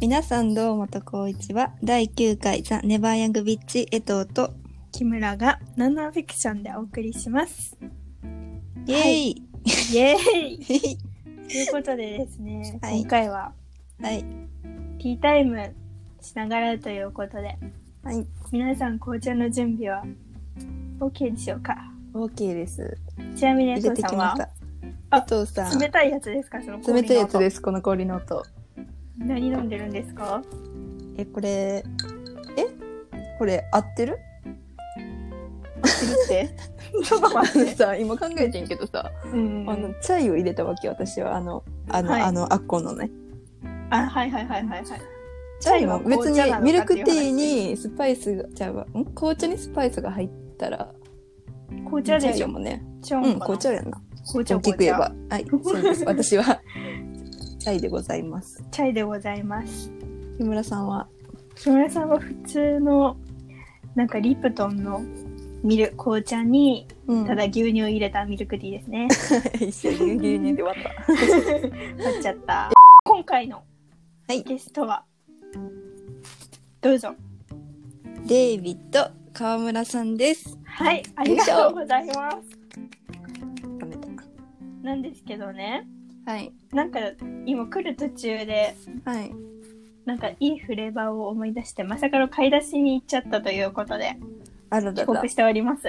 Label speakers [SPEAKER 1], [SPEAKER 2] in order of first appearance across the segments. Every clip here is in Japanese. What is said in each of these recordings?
[SPEAKER 1] 皆さんどうもとこんにちは。第9回ザ・ネバーヤングビッチ江藤と、
[SPEAKER 2] 木村がナナフィクションでお送りします。
[SPEAKER 1] イェイ、
[SPEAKER 2] イエーイということでですね、
[SPEAKER 1] はい
[SPEAKER 2] 今回は
[SPEAKER 1] はい、
[SPEAKER 2] ティータイムしながらということで、
[SPEAKER 1] はい。
[SPEAKER 2] 皆さん紅茶の準備は OK でしょうか
[SPEAKER 1] OK です。
[SPEAKER 2] ちなみに江
[SPEAKER 1] 入れて
[SPEAKER 2] 藤さ
[SPEAKER 1] き
[SPEAKER 2] ん
[SPEAKER 1] ま
[SPEAKER 2] は
[SPEAKER 1] した。
[SPEAKER 2] あ
[SPEAKER 1] 江藤さん、
[SPEAKER 2] 冷たいやつですかその。
[SPEAKER 1] 冷たいやつですす、この氷の音。
[SPEAKER 2] 何飲んでるんですか
[SPEAKER 1] え、これ、えこれ合って る
[SPEAKER 2] 知って。ちょっ と
[SPEAKER 1] あ
[SPEAKER 2] 待
[SPEAKER 1] の
[SPEAKER 2] って。
[SPEAKER 1] さ、今考えてんけどさ、
[SPEAKER 2] う ん
[SPEAKER 1] あの、チャイを入れたわけよ、私は。あの、あの、
[SPEAKER 2] はい
[SPEAKER 1] あの、あっこのね。
[SPEAKER 2] あ、はいはいはいはいはい。
[SPEAKER 1] チャイも
[SPEAKER 2] チャイは
[SPEAKER 1] 別
[SPEAKER 2] 紅茶な
[SPEAKER 1] にミ
[SPEAKER 2] の
[SPEAKER 1] ル
[SPEAKER 2] かっ
[SPEAKER 1] ク
[SPEAKER 2] てい
[SPEAKER 1] テ
[SPEAKER 2] う話
[SPEAKER 1] ィーにスパイスが、ちゃうわん紅茶にスパイスが入ったら、
[SPEAKER 2] 紅
[SPEAKER 1] チ
[SPEAKER 2] 茶で
[SPEAKER 1] ャイ
[SPEAKER 2] し
[SPEAKER 1] よ
[SPEAKER 2] ょ
[SPEAKER 1] もね。
[SPEAKER 2] チョン
[SPEAKER 1] う、
[SPEAKER 2] かなん
[SPEAKER 1] 紅茶やんな。
[SPEAKER 2] 紅茶
[SPEAKER 1] 大き
[SPEAKER 2] 紅
[SPEAKER 1] く言え
[SPEAKER 2] 茶
[SPEAKER 1] ば。はい、そうです。 私は、チャイでございます。
[SPEAKER 2] チャイでございます。
[SPEAKER 1] 木村さんは、
[SPEAKER 2] 木村さんは普通のなんかリプトンのミル紅茶に
[SPEAKER 1] うん
[SPEAKER 2] ただ牛乳を入れたミルクティーですね。
[SPEAKER 1] 一緒に牛乳で割った。
[SPEAKER 2] 買っち ゃった。今回の
[SPEAKER 1] はい
[SPEAKER 2] ゲストは、どうぞ。
[SPEAKER 1] デイビッド、川村さんです。
[SPEAKER 2] はい、ありがとうございます。
[SPEAKER 1] ダメだ。
[SPEAKER 2] なんですけどね、
[SPEAKER 1] はい。
[SPEAKER 2] なんか今来る途中で
[SPEAKER 1] はい。
[SPEAKER 2] なんかいいフレーバーを思い出してまさかの買い出しに行っちゃったということで
[SPEAKER 1] あら
[SPEAKER 2] 帰
[SPEAKER 1] だだ
[SPEAKER 2] 国。しております。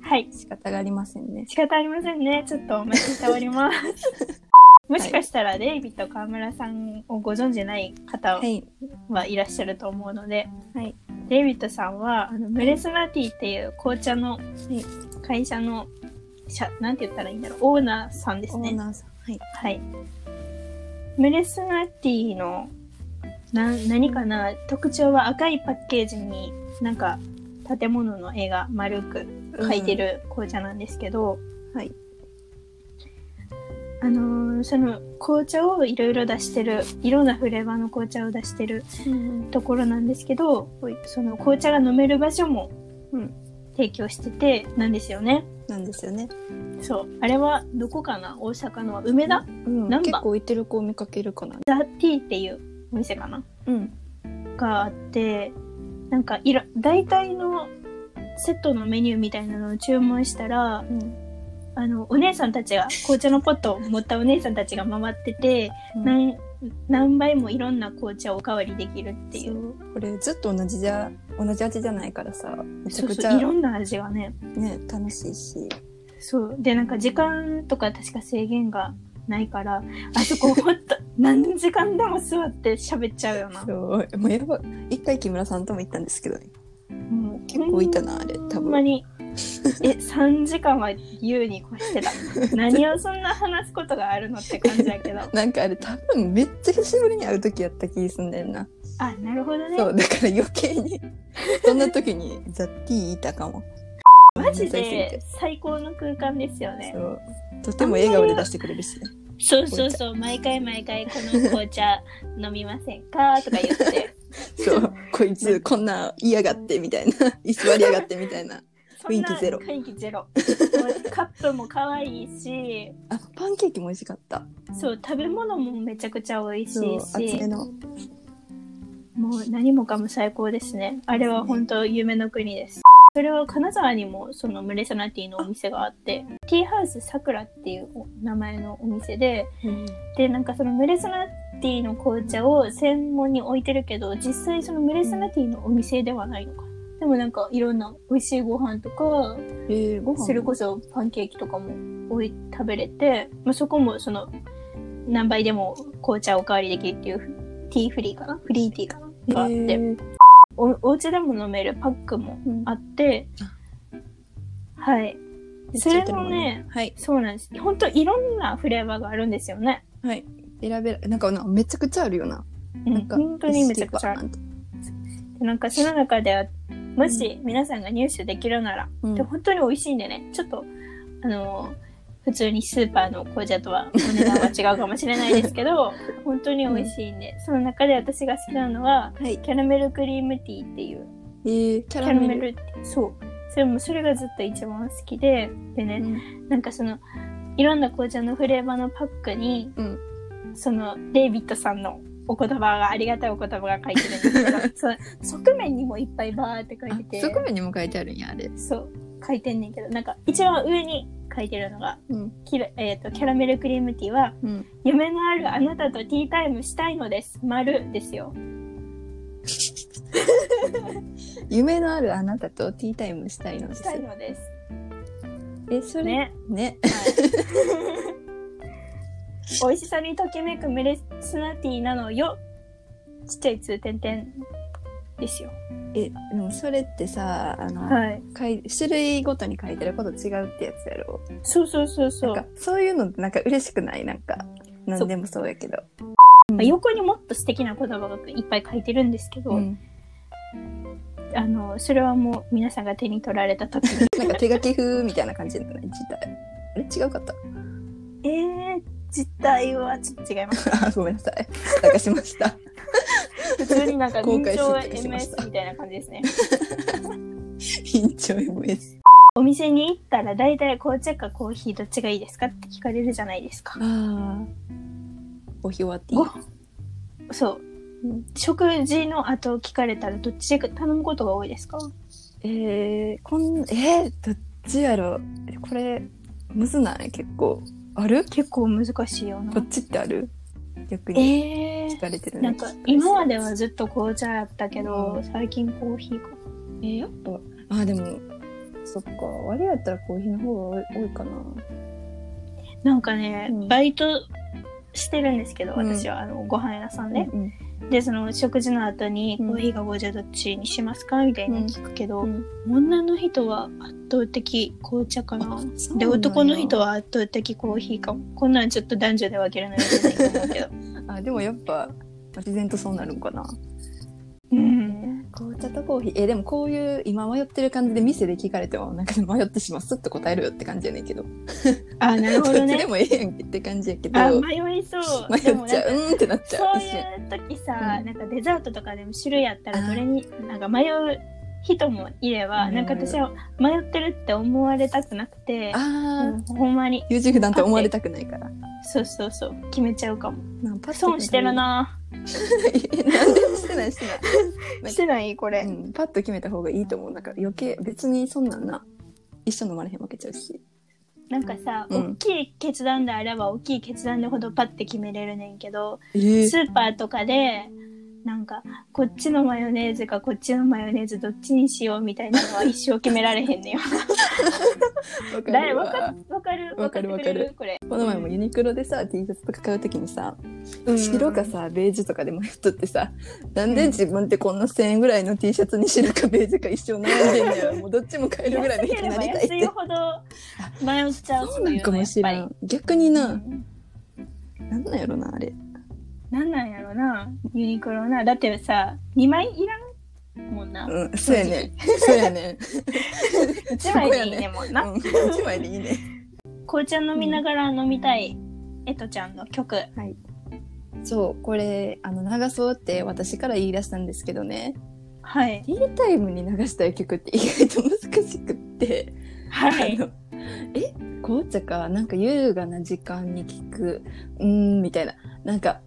[SPEAKER 2] はい。
[SPEAKER 1] 仕方がありませんね。
[SPEAKER 2] 仕方ありませんね。ちょっとお待ちしております。もしかしたらデイビッド川村さんをご存じない方
[SPEAKER 1] はい。
[SPEAKER 2] はいらっしゃると思うので、
[SPEAKER 1] はい
[SPEAKER 2] デイビッドさんはあのムレスナティっていう紅茶の会社の社なんて言ったらいいんだろうオーナーさんです
[SPEAKER 1] オー
[SPEAKER 2] ね。
[SPEAKER 1] ナーさん。はい。
[SPEAKER 2] はい。ムレスナティのな何かな特徴は赤いパッケージになんか建物の絵が丸く書いてる紅茶なんですけど、
[SPEAKER 1] うんはい
[SPEAKER 2] あのーその紅茶をいろいろ出してるいろんなフレーバーの紅茶を出してる
[SPEAKER 1] うん。
[SPEAKER 2] ところなんですけどその紅茶が飲める場所も、
[SPEAKER 1] うん
[SPEAKER 2] 提供しててなんですよね
[SPEAKER 1] なんですよね。
[SPEAKER 2] そうあれはどこかな大阪の梅田、
[SPEAKER 1] うん。
[SPEAKER 2] ナンバー
[SPEAKER 1] 結構置いてる子を見かけるかな。
[SPEAKER 2] ザ・ティーっていうお店かな
[SPEAKER 1] うん。
[SPEAKER 2] があってなんかいろ大体のセットのメニューみたいなのを注文したら
[SPEAKER 1] うん。
[SPEAKER 2] あのお姉さんたちが紅茶のポットを持ったお姉さんたちが回ってて、
[SPEAKER 1] うん
[SPEAKER 2] 何何倍もいろんな紅茶をおかわりできるっていう
[SPEAKER 1] そうこれずっと同じじゃ、同じ味じゃないからさ、めちゃ
[SPEAKER 2] そう
[SPEAKER 1] くち
[SPEAKER 2] そ
[SPEAKER 1] ゃ
[SPEAKER 2] ういろんな味がね
[SPEAKER 1] ね、楽しいし。
[SPEAKER 2] そうでなんか時間とか確か制限がないからあそこほんと何時間でも座って喋っちゃうよな
[SPEAKER 1] そう。もうやばい。一回木村さんとも行ったんですけどね。
[SPEAKER 2] もう
[SPEAKER 1] 結構いたな、あれ。多
[SPEAKER 2] ほんま
[SPEAKER 1] 分。
[SPEAKER 2] にえ3時間は優に越してた 何をそんな話すことがあるのって感じやけど
[SPEAKER 1] なんかあれ多分めっちゃ久しぶりに会う時やった気すんねんな。
[SPEAKER 2] あなるほどね
[SPEAKER 1] そう、だから余計 に、そんな時にザ・ティーいたかも。
[SPEAKER 2] マジ
[SPEAKER 1] ごめんなさいすぎて
[SPEAKER 2] で最高の空間ですよね
[SPEAKER 1] そう。とても笑顔で出してくれるしね。
[SPEAKER 2] そうそうそう毎回毎回この紅茶飲みませんかとか言って
[SPEAKER 1] そう。こいつ、こんな嫌がってみたいな。 居座りやがってみたいな。
[SPEAKER 2] そんな
[SPEAKER 1] 雰囲気ゼロ
[SPEAKER 2] 雰囲気 ゼロもうカップも可愛いし
[SPEAKER 1] あ、パンケーキも美味しかった。
[SPEAKER 2] そう食べ物もめちゃくちゃ美味し
[SPEAKER 1] そう
[SPEAKER 2] い、
[SPEAKER 1] 厚め
[SPEAKER 2] し
[SPEAKER 1] の。
[SPEAKER 2] もう何もかも最高ですねあれは本当夢の国ですそれは金沢にもそのムレサナティのお店があってティーハウスさくらっていうお名前のお店ででなんかそのムレサナティの紅茶を専門に置いてるけど実際そのムレサナティのお店ではないのかでもなんかいろんな美味しいご飯とか
[SPEAKER 1] えー、ご飯も
[SPEAKER 2] それこそパンケーキとかもおい食べれて、まあ、そこもその何杯でも紅茶おかわりできるっていうティーフリーかなフリーティーかながあっ
[SPEAKER 1] え
[SPEAKER 2] て
[SPEAKER 1] ー
[SPEAKER 2] おお家でも飲めるパックもあって、はいそれもね。
[SPEAKER 1] はい。
[SPEAKER 2] そうなんです本当いろんなフレーバーがあるんですよね、
[SPEAKER 1] はい。ベラベラ。なんかな、めちゃくちゃあるよな。
[SPEAKER 2] うん
[SPEAKER 1] なんか、
[SPEAKER 2] 本当にめちゃくちゃある
[SPEAKER 1] る。
[SPEAKER 2] なんかその中ではもし皆さんが入手できるなら、
[SPEAKER 1] うん
[SPEAKER 2] で本当に美味しいんでねちょっとあのー普通にスーパーの紅茶とはお値段は違うかもしれないです けど本当に美味しいんで、その中で私が好きなのは
[SPEAKER 1] はい。
[SPEAKER 2] キャラメルクリームティーっていう
[SPEAKER 1] えー、キャ
[SPEAKER 2] キャ
[SPEAKER 1] ラ
[SPEAKER 2] ラ
[SPEAKER 1] メ
[SPEAKER 2] メ
[SPEAKER 1] ル。
[SPEAKER 2] ルティーそうそれもそれがずっと一番好きででね、なんかそのいろんな紅茶のフレーバーのパックに
[SPEAKER 1] うん。
[SPEAKER 2] そのデイビッドさんの
[SPEAKER 1] うん
[SPEAKER 2] お言葉が、ありがたいお言葉が書いてるん ですけど、そう側面にもいっぱいバーって書いてて、
[SPEAKER 1] 側面にも書いてあるんやあれ
[SPEAKER 2] そう、書いてんねんけど、なんか一番上に書いてるのが、
[SPEAKER 1] うん
[SPEAKER 2] キラえー、とキャラメルクリームティーは、
[SPEAKER 1] うん
[SPEAKER 2] 夢のあるあなたとティータイムしたいのです。丸ですよ。
[SPEAKER 1] 夢のあるあなたとティータイムしたいのです
[SPEAKER 2] したいのです。
[SPEAKER 1] えそれね
[SPEAKER 2] ね。はい、美味しさにときめくムレスナティなのよ。ちっちゃい通点点ですよ。
[SPEAKER 1] えでもそれってさあの、
[SPEAKER 2] はい。
[SPEAKER 1] かい種類ごとに書いてること違うってやつやろ
[SPEAKER 2] そうそうそうそ
[SPEAKER 1] な
[SPEAKER 2] う。
[SPEAKER 1] んかそういうのってなんか嬉しくないなんか何でもそうやけど
[SPEAKER 2] まあ横にもっと素敵な言葉がいっぱい書いてるんですけど、
[SPEAKER 1] うん
[SPEAKER 2] あのそれはもう皆さんが手に取られた時に
[SPEAKER 1] なんか手書き風みたいな感じなのね自体あれ違うかった
[SPEAKER 2] えー、実態はちょっと違います
[SPEAKER 1] あ ごめんなさい流しました
[SPEAKER 2] 普通になんか
[SPEAKER 1] 後
[SPEAKER 2] 臨
[SPEAKER 1] 悔
[SPEAKER 2] 場
[SPEAKER 1] してしました
[SPEAKER 2] MS みたいな感じですね
[SPEAKER 1] 緊張 MS
[SPEAKER 2] お店に行ったら大体紅茶かコーヒーどっちがいいですかって聞かれるじゃないですか
[SPEAKER 1] ああおひわティ
[SPEAKER 2] ご
[SPEAKER 1] ー
[SPEAKER 2] そう食事の後聞かれたらどっちが頼むことが多いですか
[SPEAKER 1] えー、こんえー、どっちやろえこれむずない結構ある
[SPEAKER 2] 結構難しいよ
[SPEAKER 1] こ
[SPEAKER 2] な
[SPEAKER 1] っちってある逆に
[SPEAKER 2] えー
[SPEAKER 1] 聞、かれてる
[SPEAKER 2] なんか今までは
[SPEAKER 1] ず
[SPEAKER 2] ずっと紅茶やったけど、
[SPEAKER 1] うん
[SPEAKER 2] 最近コーヒーか
[SPEAKER 1] えーやっぱあーでもそっか割合やったらコーヒーの方が多い多いかな
[SPEAKER 2] なんかね、
[SPEAKER 1] うん
[SPEAKER 2] バイトしてるんですけど
[SPEAKER 1] うん
[SPEAKER 2] 私は、あのご飯屋さんで、
[SPEAKER 1] うん
[SPEAKER 2] でその食事の後に、
[SPEAKER 1] うん
[SPEAKER 2] コーヒーか紅茶どっちにしますかみたいなの聞くけど、
[SPEAKER 1] うん
[SPEAKER 2] 女の人は圧倒的紅茶かな
[SPEAKER 1] あそうなん
[SPEAKER 2] で
[SPEAKER 1] や
[SPEAKER 2] 男の人は圧倒的コーヒーかもこんなんちょっと男女で分けるのよくないと思うけど
[SPEAKER 1] あでもやっぱ自然とそうなるんかな
[SPEAKER 2] うん
[SPEAKER 1] 紅茶とコーヒーえでもこういう今迷ってる感じで店で聞かれてもなんか迷ってしまうすっと答えるよって感じやねんけど
[SPEAKER 2] あなるほ
[SPEAKER 1] ど
[SPEAKER 2] ど
[SPEAKER 1] っちで
[SPEAKER 2] ね
[SPEAKER 1] もええやんけって感じやけど
[SPEAKER 2] あ
[SPEAKER 1] 迷
[SPEAKER 2] 迷いそう
[SPEAKER 1] っ
[SPEAKER 2] でも
[SPEAKER 1] ち
[SPEAKER 2] な
[SPEAKER 1] ゃ
[SPEAKER 2] んか
[SPEAKER 1] ううんってなっちゃう
[SPEAKER 2] そう
[SPEAKER 1] 一瞬
[SPEAKER 2] いう時さ、
[SPEAKER 1] うん
[SPEAKER 2] なんかデザートとかでも種類あったらどれになんか迷う人もいれば
[SPEAKER 1] うん
[SPEAKER 2] なんか私は迷ってるって思われたくなくて
[SPEAKER 1] あ
[SPEAKER 2] も
[SPEAKER 1] あ
[SPEAKER 2] うほんまに
[SPEAKER 1] 優柔不断と思われたくないから
[SPEAKER 2] そうそうそう決めちゃうかも
[SPEAKER 1] なんかパッと
[SPEAKER 2] 損してるな
[SPEAKER 1] えなんでしてない してないん
[SPEAKER 2] してないこれ
[SPEAKER 1] うん、パッと決めた方がいいと思うなんか余計別にそんなんな一緒飲まれへん負けちゃうし
[SPEAKER 2] なんかさ、
[SPEAKER 1] うん
[SPEAKER 2] 大きい決断であれば大きい決断でほどパッて決めれるねんけど、
[SPEAKER 1] え
[SPEAKER 2] スーパーとかでなんかこっちのマヨネーズかこっちのマヨネーズどっちにしようみたいなのは一生決められへんねんよ。
[SPEAKER 1] わか
[SPEAKER 2] 誰
[SPEAKER 1] る
[SPEAKER 2] わ
[SPEAKER 1] わ
[SPEAKER 2] かわかる
[SPEAKER 1] わかる
[SPEAKER 2] わってくれ
[SPEAKER 1] わ
[SPEAKER 2] これ。
[SPEAKER 1] この前もユニクロでさ T シャツとか買うときにさ
[SPEAKER 2] うん
[SPEAKER 1] 白かさベージュとかでも人ってさなんで自分ってこんな1000円ぐらいの T シャツに白かベージュか一生悩んでんだよもうどっちも買えるぐらいの
[SPEAKER 2] 安
[SPEAKER 1] 人
[SPEAKER 2] け
[SPEAKER 1] に
[SPEAKER 2] れ
[SPEAKER 1] な
[SPEAKER 2] ば
[SPEAKER 1] りたいっ
[SPEAKER 2] 安い
[SPEAKER 1] て
[SPEAKER 2] ほど迷っちゃう
[SPEAKER 1] そうなんかもしれ
[SPEAKER 2] ん
[SPEAKER 1] ん逆に
[SPEAKER 2] な
[SPEAKER 1] な、なんなんやろなあれ
[SPEAKER 2] なんなんやろなユニクロなだってさ2枚いらんもんな
[SPEAKER 1] うんそうやねそうやね
[SPEAKER 2] 1枚でいいねんもんな、
[SPEAKER 1] うん一枚でいいね
[SPEAKER 2] 紅茶飲みながら飲みたい、えとちゃんの曲。
[SPEAKER 1] そうこれあの流そうって私から言い出したんですけどね
[SPEAKER 2] はい。
[SPEAKER 1] ティータイムに流したい曲って意外と難しくって、
[SPEAKER 2] はい
[SPEAKER 1] あ。のえ紅茶かなんか優雅な時間に聴くうーんみたいななんか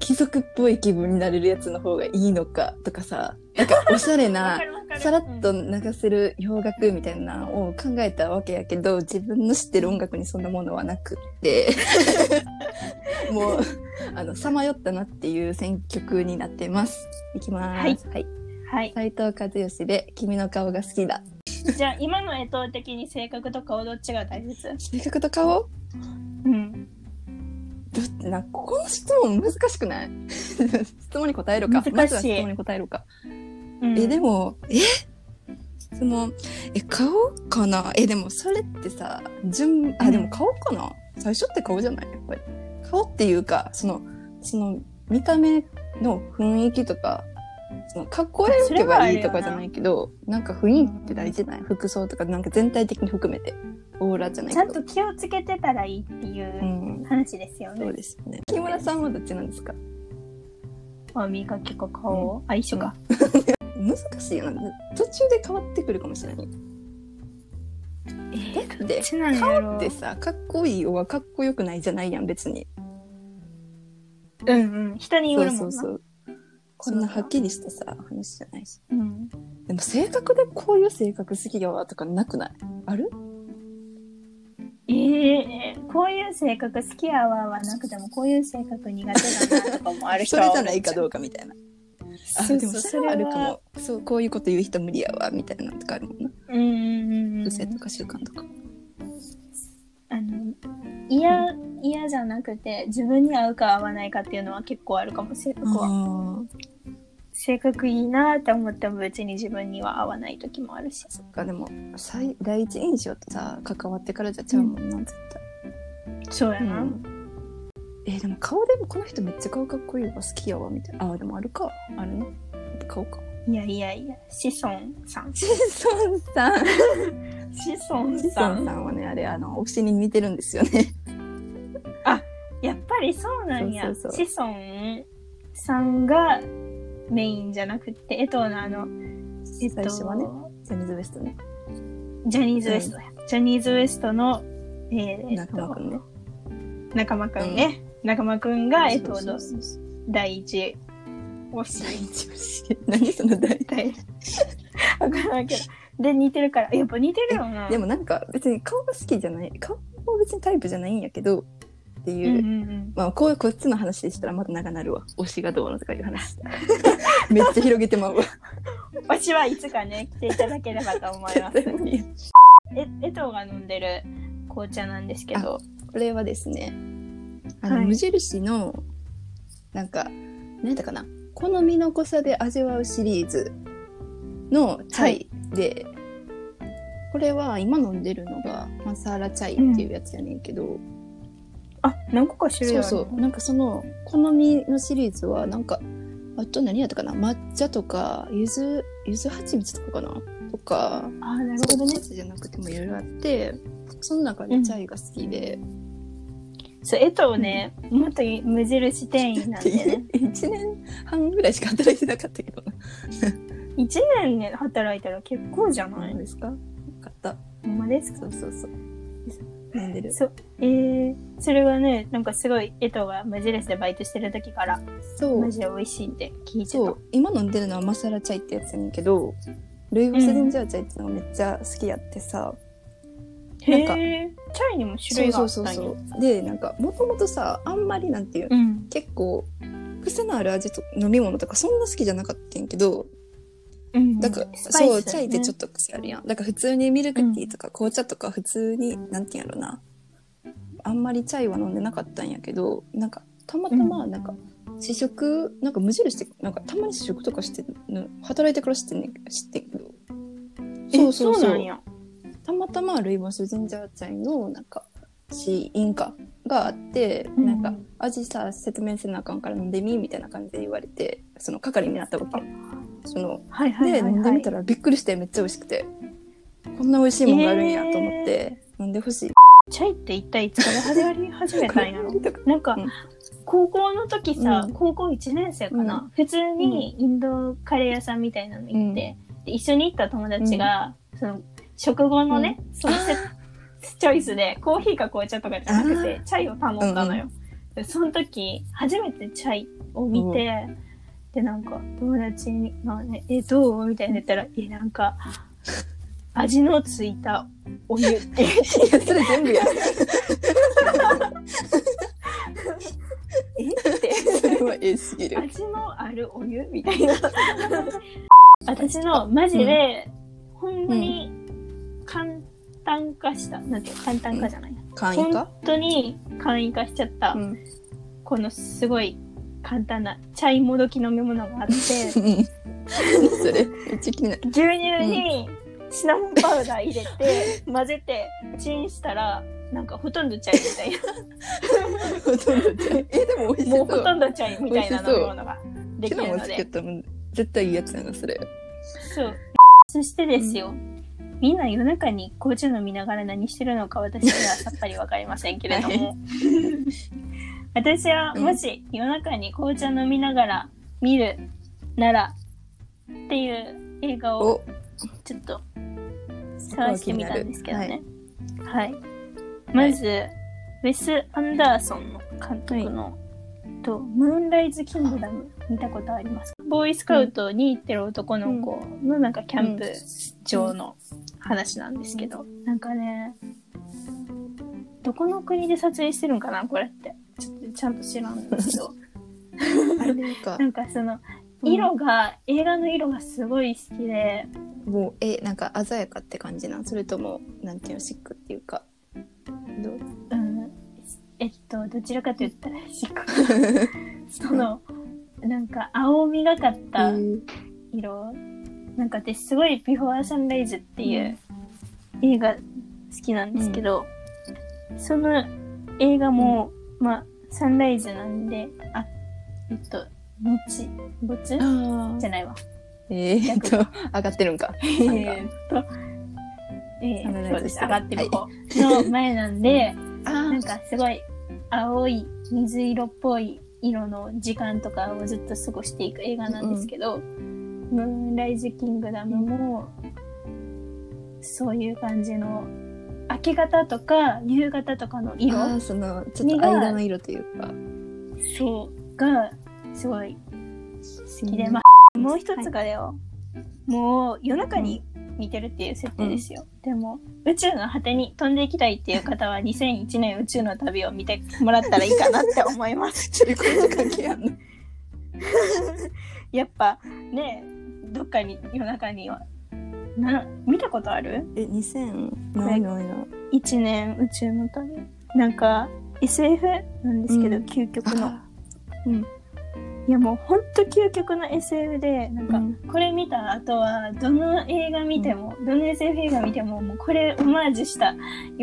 [SPEAKER 1] 貴族っぽい気分になれるやつの方がいいのかとかさなんかおしゃれ
[SPEAKER 2] わ
[SPEAKER 1] な
[SPEAKER 2] かるわかる
[SPEAKER 1] さらっと流せる洋楽みたいなのを考えたわけやけど自分の知ってる音楽にそんなものはなくって もうあのさまよったなっていう選曲になってますいきますはい、
[SPEAKER 2] うんはい。
[SPEAKER 1] 斉藤和義で「君の顔が好きだ
[SPEAKER 2] じゃあ、今の江藤的に性格と顔どっちが大切」
[SPEAKER 1] 性格と顔
[SPEAKER 2] うん。
[SPEAKER 1] どなここの質問難しくない 質問に答えるか
[SPEAKER 2] 難しい
[SPEAKER 1] まずは質問に答えるか
[SPEAKER 2] うん
[SPEAKER 1] えでもえそのえ顔かなえでもそれってさ順
[SPEAKER 2] う
[SPEAKER 1] あ
[SPEAKER 2] ん
[SPEAKER 1] でも顔かな、最初って顔じゃないやっぱり顔っていうかそのその見た目の雰囲気とかそのかっこよ
[SPEAKER 2] そ
[SPEAKER 1] け
[SPEAKER 2] れ
[SPEAKER 1] れ
[SPEAKER 2] はあ
[SPEAKER 1] ば
[SPEAKER 2] る
[SPEAKER 1] い
[SPEAKER 2] よ
[SPEAKER 1] いとかじゃないけどなんか雰囲気って大事じゃない服装とかなんか全体的に含めてオーラじゃない
[SPEAKER 2] ち
[SPEAKER 1] け
[SPEAKER 2] ゃ
[SPEAKER 1] ど
[SPEAKER 2] んと気をつけてたらいいっていううん話ですよ
[SPEAKER 1] そう
[SPEAKER 2] ね。
[SPEAKER 1] ですね木村さんはどっちなんですか
[SPEAKER 2] あ、見かけか顔、相性か。
[SPEAKER 1] 難しいよな途中で変わってくるかもしれない
[SPEAKER 2] えー
[SPEAKER 1] だっ
[SPEAKER 2] ど
[SPEAKER 1] て
[SPEAKER 2] っちなんやろ
[SPEAKER 1] でさかっこいいはかっこよくないじゃないやん別に
[SPEAKER 2] うんうん。人によ
[SPEAKER 1] そう
[SPEAKER 2] るもん
[SPEAKER 1] そうそ
[SPEAKER 2] な。
[SPEAKER 1] う。こんなはっきりしたさ、話じゃないし。
[SPEAKER 2] うん。
[SPEAKER 1] でも性格でこういう性格好きやわとかなくないある
[SPEAKER 2] ええこういう性格好きやわはなくても、こういう性格苦手だなとかもある人
[SPEAKER 1] そ
[SPEAKER 2] は
[SPEAKER 1] れ
[SPEAKER 2] お
[SPEAKER 1] じ
[SPEAKER 2] る
[SPEAKER 1] ゃ
[SPEAKER 2] ん
[SPEAKER 1] ないかど
[SPEAKER 2] う
[SPEAKER 1] うかみたいな。
[SPEAKER 2] そ
[SPEAKER 1] あ、
[SPEAKER 2] う
[SPEAKER 1] でも
[SPEAKER 2] そう
[SPEAKER 1] それはあるかも。そう、こういうこと言う人無理やわみたいなのとかあるもんな。
[SPEAKER 2] それはうんうんうん。
[SPEAKER 1] 癖とか習慣とか。
[SPEAKER 2] あの、嫌、嫌じゃなくて、自分に合うか合わないかっていうのは結構あるかも、性格は。
[SPEAKER 1] ああ。
[SPEAKER 2] 性格いいなって思っても別に自分には合わない時もあるし。
[SPEAKER 1] そっか、でも、最第一印象とさ、関わってからじゃちゃうもんな、絶対。
[SPEAKER 2] そうやな。
[SPEAKER 1] うんえーでも顔でもこの人めっちゃ顔かっこいいわ好きやわみたいなあーでもあるかあるな顔か
[SPEAKER 2] いやいやいや、子孫さん。
[SPEAKER 1] シソンさんシ
[SPEAKER 2] 子孫
[SPEAKER 1] ソン
[SPEAKER 2] さ
[SPEAKER 1] さ
[SPEAKER 2] ん。
[SPEAKER 1] んはねあれあの推しに似てるんですよね
[SPEAKER 2] やっぱりそうなんや。
[SPEAKER 1] そうそう
[SPEAKER 2] 子孫さんがメインじゃなくって、えっと、あの、えっと、
[SPEAKER 1] 最初はねジャニーズ WEST ね
[SPEAKER 2] ジャニーズ WEST や、ジャニーズ WEST の、えーえっ
[SPEAKER 1] 中間
[SPEAKER 2] と
[SPEAKER 1] くんね
[SPEAKER 2] 仲間くんね。仲間くんが、えっと、
[SPEAKER 1] そうそうそう
[SPEAKER 2] 第一推し。
[SPEAKER 1] 第一推し何その大
[SPEAKER 2] 第一わからんけど。で、似てるから。やっぱ似てるよな。
[SPEAKER 1] でもなんか別に顔が好きじゃない顔も別にタイプじゃないんやけどって
[SPEAKER 2] う
[SPEAKER 1] い
[SPEAKER 2] ん
[SPEAKER 1] う、
[SPEAKER 2] うんうん。
[SPEAKER 1] まあこうこっちの話でしたらまた長なるわ推しがどうのとかいう話 しためっちゃ広げてまうわ
[SPEAKER 2] 推しはいつかね、来ていただければと思 います。
[SPEAKER 1] 絶対に
[SPEAKER 2] え、江藤が飲んでる紅茶なんですけど。
[SPEAKER 1] これはですねあの、
[SPEAKER 2] はい
[SPEAKER 1] 無印のなんか何やったかな好みの濃さで味わうシリーズのチャイで、これは今飲んでるのがマサーラチャイっていうやつやねんけど、
[SPEAKER 2] あ、何個か種類
[SPEAKER 1] そ
[SPEAKER 2] あ
[SPEAKER 1] う
[SPEAKER 2] る
[SPEAKER 1] そうなんかその好みのシリーズはなんかあと何やったかな抹茶とかゆずゆず蜂蜜とかかなとか
[SPEAKER 2] あ、なる
[SPEAKER 1] そ
[SPEAKER 2] ほ
[SPEAKER 1] うい
[SPEAKER 2] ど
[SPEAKER 1] う
[SPEAKER 2] ね
[SPEAKER 1] や。つじゃなくてもいろいろあってその中でチャイが好きで、
[SPEAKER 2] そう、江藤ね、元無印店員なんでね。
[SPEAKER 1] 1年半ぐらいしか働いてなかったけど
[SPEAKER 2] 1年ね、働いたら結構じゃな
[SPEAKER 1] ないんですかよかった
[SPEAKER 2] ほんまですか
[SPEAKER 1] そうそうそう飲んでる
[SPEAKER 2] そう。えー、それはね、なんかすごい、江藤が無印でバイトしてる時から、
[SPEAKER 1] そ
[SPEAKER 2] マ
[SPEAKER 1] う
[SPEAKER 2] ジで美味しいって聞いて
[SPEAKER 1] そう今飲んでるのはマサラチャイってやつやねんけどルイ・ボス・デンジャーチャイってのがめっちゃ好きやってさ、
[SPEAKER 2] た。
[SPEAKER 1] なんか
[SPEAKER 2] へーチャイにも種
[SPEAKER 1] そう
[SPEAKER 2] 類があ
[SPEAKER 1] そ
[SPEAKER 2] っ
[SPEAKER 1] う
[SPEAKER 2] た
[SPEAKER 1] そ
[SPEAKER 2] ん
[SPEAKER 1] う
[SPEAKER 2] や。
[SPEAKER 1] そうでなんかもともとさあんまりなんていう
[SPEAKER 2] うん。
[SPEAKER 1] 結構癖のある味と飲み物とかそんな好きじゃなかったんやけど
[SPEAKER 2] うん。
[SPEAKER 1] だから、
[SPEAKER 2] スパイス
[SPEAKER 1] そうチャイってちょっ
[SPEAKER 2] と。
[SPEAKER 1] と癖あるやんだから普通にミルクティーとか紅茶とか普通に、なんていうんやろなあんまりチャイは飲んでなかったんやけどなんかたまたまなんか試食、なんか無印ってなんかたまに試食とかしての働いてから知ってんねん知ってんけど
[SPEAKER 2] え
[SPEAKER 1] そうそう
[SPEAKER 2] そう
[SPEAKER 1] そ
[SPEAKER 2] な
[SPEAKER 1] うん
[SPEAKER 2] や。
[SPEAKER 1] たまたまルイボスジンジャーチャイのなんか試飲かがあって、
[SPEAKER 2] うん
[SPEAKER 1] なんか味さ説明せなあかんから飲んでみみたいな感じで言われてその係になったわけその
[SPEAKER 2] はいはいは
[SPEAKER 1] で
[SPEAKER 2] い、はい。
[SPEAKER 1] 飲んでみたらびっくりしてめっちゃ美味しくてこんな美味しいもんがあるんやと思って飲んでほしい。
[SPEAKER 2] チャイって一体いつから始まり始めたんや ろなんか、
[SPEAKER 1] うん
[SPEAKER 2] 高校の時さ、
[SPEAKER 1] うん
[SPEAKER 2] 高校1年生かな、普通にインドカレー屋さんみたいなの行って、で一緒に行った友達が、その食後のね、そのセチョイスでコーヒーか紅茶とかじゃなくてチャイを頼んだのよ、でその時初めてチャイを見て、でなんか友達に「まあね、えどう?」みたいに言ったら「えなんか味のついたお湯」って言
[SPEAKER 1] い
[SPEAKER 2] って
[SPEAKER 1] やそれ全部や。
[SPEAKER 2] えって。
[SPEAKER 1] それはえすぎる。
[SPEAKER 2] 味のあるお湯みた いな私のマジで、ほんまに簡単化した、なんていうの簡単化じゃないな、
[SPEAKER 1] 簡易
[SPEAKER 2] 本
[SPEAKER 1] 化？
[SPEAKER 2] 当に簡易化しちゃった、
[SPEAKER 1] うん。
[SPEAKER 2] このすごい簡単なチャイもどき飲み物があって
[SPEAKER 1] それめっちゃ気になる。
[SPEAKER 2] 牛乳にシナモンパウダー入れて、 混ぜてチンしたらなんかほとんどチャイみたいな
[SPEAKER 1] ほとんどじゃんえでも美味し
[SPEAKER 2] も
[SPEAKER 1] そう
[SPEAKER 2] ほと
[SPEAKER 1] う。
[SPEAKER 2] んどチャイみたいな飲み物ができ
[SPEAKER 1] 昨
[SPEAKER 2] る
[SPEAKER 1] 日
[SPEAKER 2] の
[SPEAKER 1] も
[SPEAKER 2] で。
[SPEAKER 1] 作ったもん絶対いいやつやなそれ。
[SPEAKER 2] そう。そしてですよ、みんな夜中に紅茶飲みながら何してるのか私にはさっぱりわかりませんけれども、 私はもし夜中に紅茶飲みながら見るならっていう映画を
[SPEAKER 1] お
[SPEAKER 2] ちょっと
[SPEAKER 1] そこは
[SPEAKER 2] 探して
[SPEAKER 1] 気
[SPEAKER 2] み
[SPEAKER 1] にな
[SPEAKER 2] たん
[SPEAKER 1] る
[SPEAKER 2] ですけどね。はい。まず、ウェス・アンダーソンの監督のと、ムーンライズ・キングダム見たことありますかボーイスカウトに行ってる男の子のなんかキャンプ場の話なんですけど、なんかね、どこの国で撮影してるんかなこれって。ちょっとちゃんと知らんん ですけど。
[SPEAKER 1] あれなんか
[SPEAKER 2] なんかその、色が、映画の色がすごい好きで、
[SPEAKER 1] もうえなんか鮮やかって感じなんそれともなんていうのシックっていうかど う
[SPEAKER 2] うん、えっと、どちらかと言ったら、しっくその、なんか青みがかった色、なんか私すごいビフォーサンライズっていう映画好きなんですけど、その映画も、まあ、サンライズなんで、あ、えっと、日、没
[SPEAKER 1] あ
[SPEAKER 2] じゃないわ。
[SPEAKER 1] えー、っと上がってるんか
[SPEAKER 2] えーっと、え
[SPEAKER 1] サンラ
[SPEAKER 2] ー、
[SPEAKER 1] イズ
[SPEAKER 2] そうです。
[SPEAKER 1] して
[SPEAKER 2] 上
[SPEAKER 1] る
[SPEAKER 2] がってる方の前なんで、
[SPEAKER 1] あ
[SPEAKER 2] なん
[SPEAKER 1] ー
[SPEAKER 2] かすごい青い水色っぽい色の時間とかをずっと過ごしていく映画なんですけど、ムーンライズ・キングダムも、そういう感じの明け方とか夕方とかの
[SPEAKER 1] あ
[SPEAKER 2] 色
[SPEAKER 1] ーそのちょっと間の色というか
[SPEAKER 2] そうがすごい
[SPEAKER 1] 好
[SPEAKER 2] 好きで、まあ、もう一つがよ、もう夜中に見てるっていう設定ですよ、でも宇宙の果てに飛んでいきたいっていう方は2001年宇宙の旅を見てもらったらいいかなって思います
[SPEAKER 1] それこそ関係あんの
[SPEAKER 2] やっぱねどっかに夜中にはな見たことある
[SPEAKER 1] え2000ないないない
[SPEAKER 2] ?1 年宇宙の旅なんか SF なんですけど、
[SPEAKER 1] うん
[SPEAKER 2] 究極の
[SPEAKER 1] あ
[SPEAKER 2] いやもうほんと究極の SF でなんか、
[SPEAKER 1] うん
[SPEAKER 2] これ見た後はどの映画見ても、どの SF 映画見てももうこれオマージュしたよ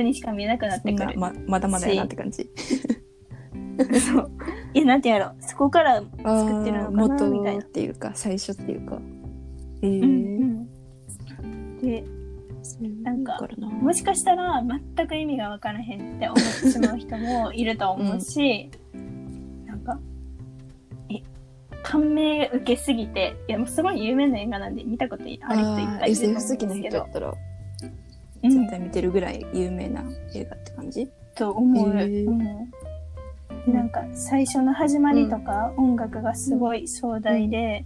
[SPEAKER 2] うにしか見えなくなっ
[SPEAKER 1] み
[SPEAKER 2] て
[SPEAKER 1] ん
[SPEAKER 2] く
[SPEAKER 1] な
[SPEAKER 2] る
[SPEAKER 1] ままだまだやなって感 じ
[SPEAKER 2] そういやなんてやろうそこから
[SPEAKER 1] 作
[SPEAKER 2] ってるのかなみたいな
[SPEAKER 1] っていうか最初っていうかえ
[SPEAKER 2] うん
[SPEAKER 1] ー
[SPEAKER 2] うんでなんか
[SPEAKER 1] そういうのある
[SPEAKER 2] もしかしたら全く意味が分からへんって思ってしまう人もいると思うし、なんかえ感銘受けすぎていやもうすごい有名な映画なんで見たことある人いっ
[SPEAKER 1] かなあー
[SPEAKER 2] ぱいいると
[SPEAKER 1] SF
[SPEAKER 2] 思うん
[SPEAKER 1] 好き
[SPEAKER 2] で
[SPEAKER 1] な
[SPEAKER 2] す
[SPEAKER 1] 人
[SPEAKER 2] け
[SPEAKER 1] だ
[SPEAKER 2] ど
[SPEAKER 1] っ、たら
[SPEAKER 2] うん
[SPEAKER 1] 絶、対見てるぐらい有名な映画って感じ
[SPEAKER 2] と思う、
[SPEAKER 1] へー
[SPEAKER 2] うんなんか最初の始まりとか音楽がすごい壮大で、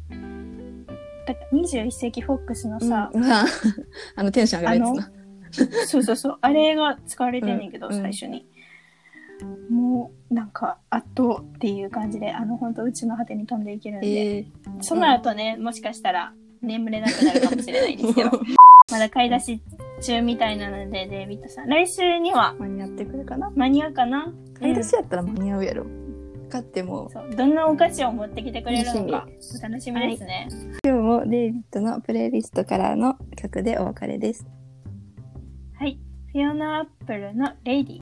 [SPEAKER 2] だから21世紀フォックスのさ、
[SPEAKER 1] うんう わあのテンション上がるやつな
[SPEAKER 2] そうそうそう、あれが使われてんねんけど、
[SPEAKER 1] うんうん
[SPEAKER 2] 最初に。もう、なんか、圧倒っていう感じで、あの、本当宇宙の果てに飛んでいけるんで、
[SPEAKER 1] え
[SPEAKER 2] その後ね、もしかしたら眠れなくなるかもしれないですけど、
[SPEAKER 1] ー
[SPEAKER 2] まだ買い出し中みたいなので、デイビッドさん、来週には
[SPEAKER 1] 間に合ってくるかな
[SPEAKER 2] 間に合うかな
[SPEAKER 1] 買い出しやったら間に合うやろ買っても
[SPEAKER 2] そうどんなお菓子を持ってきてくれるのかお楽しみですね。
[SPEAKER 1] 今日もデイビッドのプレイリストからの曲でお別れです
[SPEAKER 2] はい、フィオナアップルのレイディ。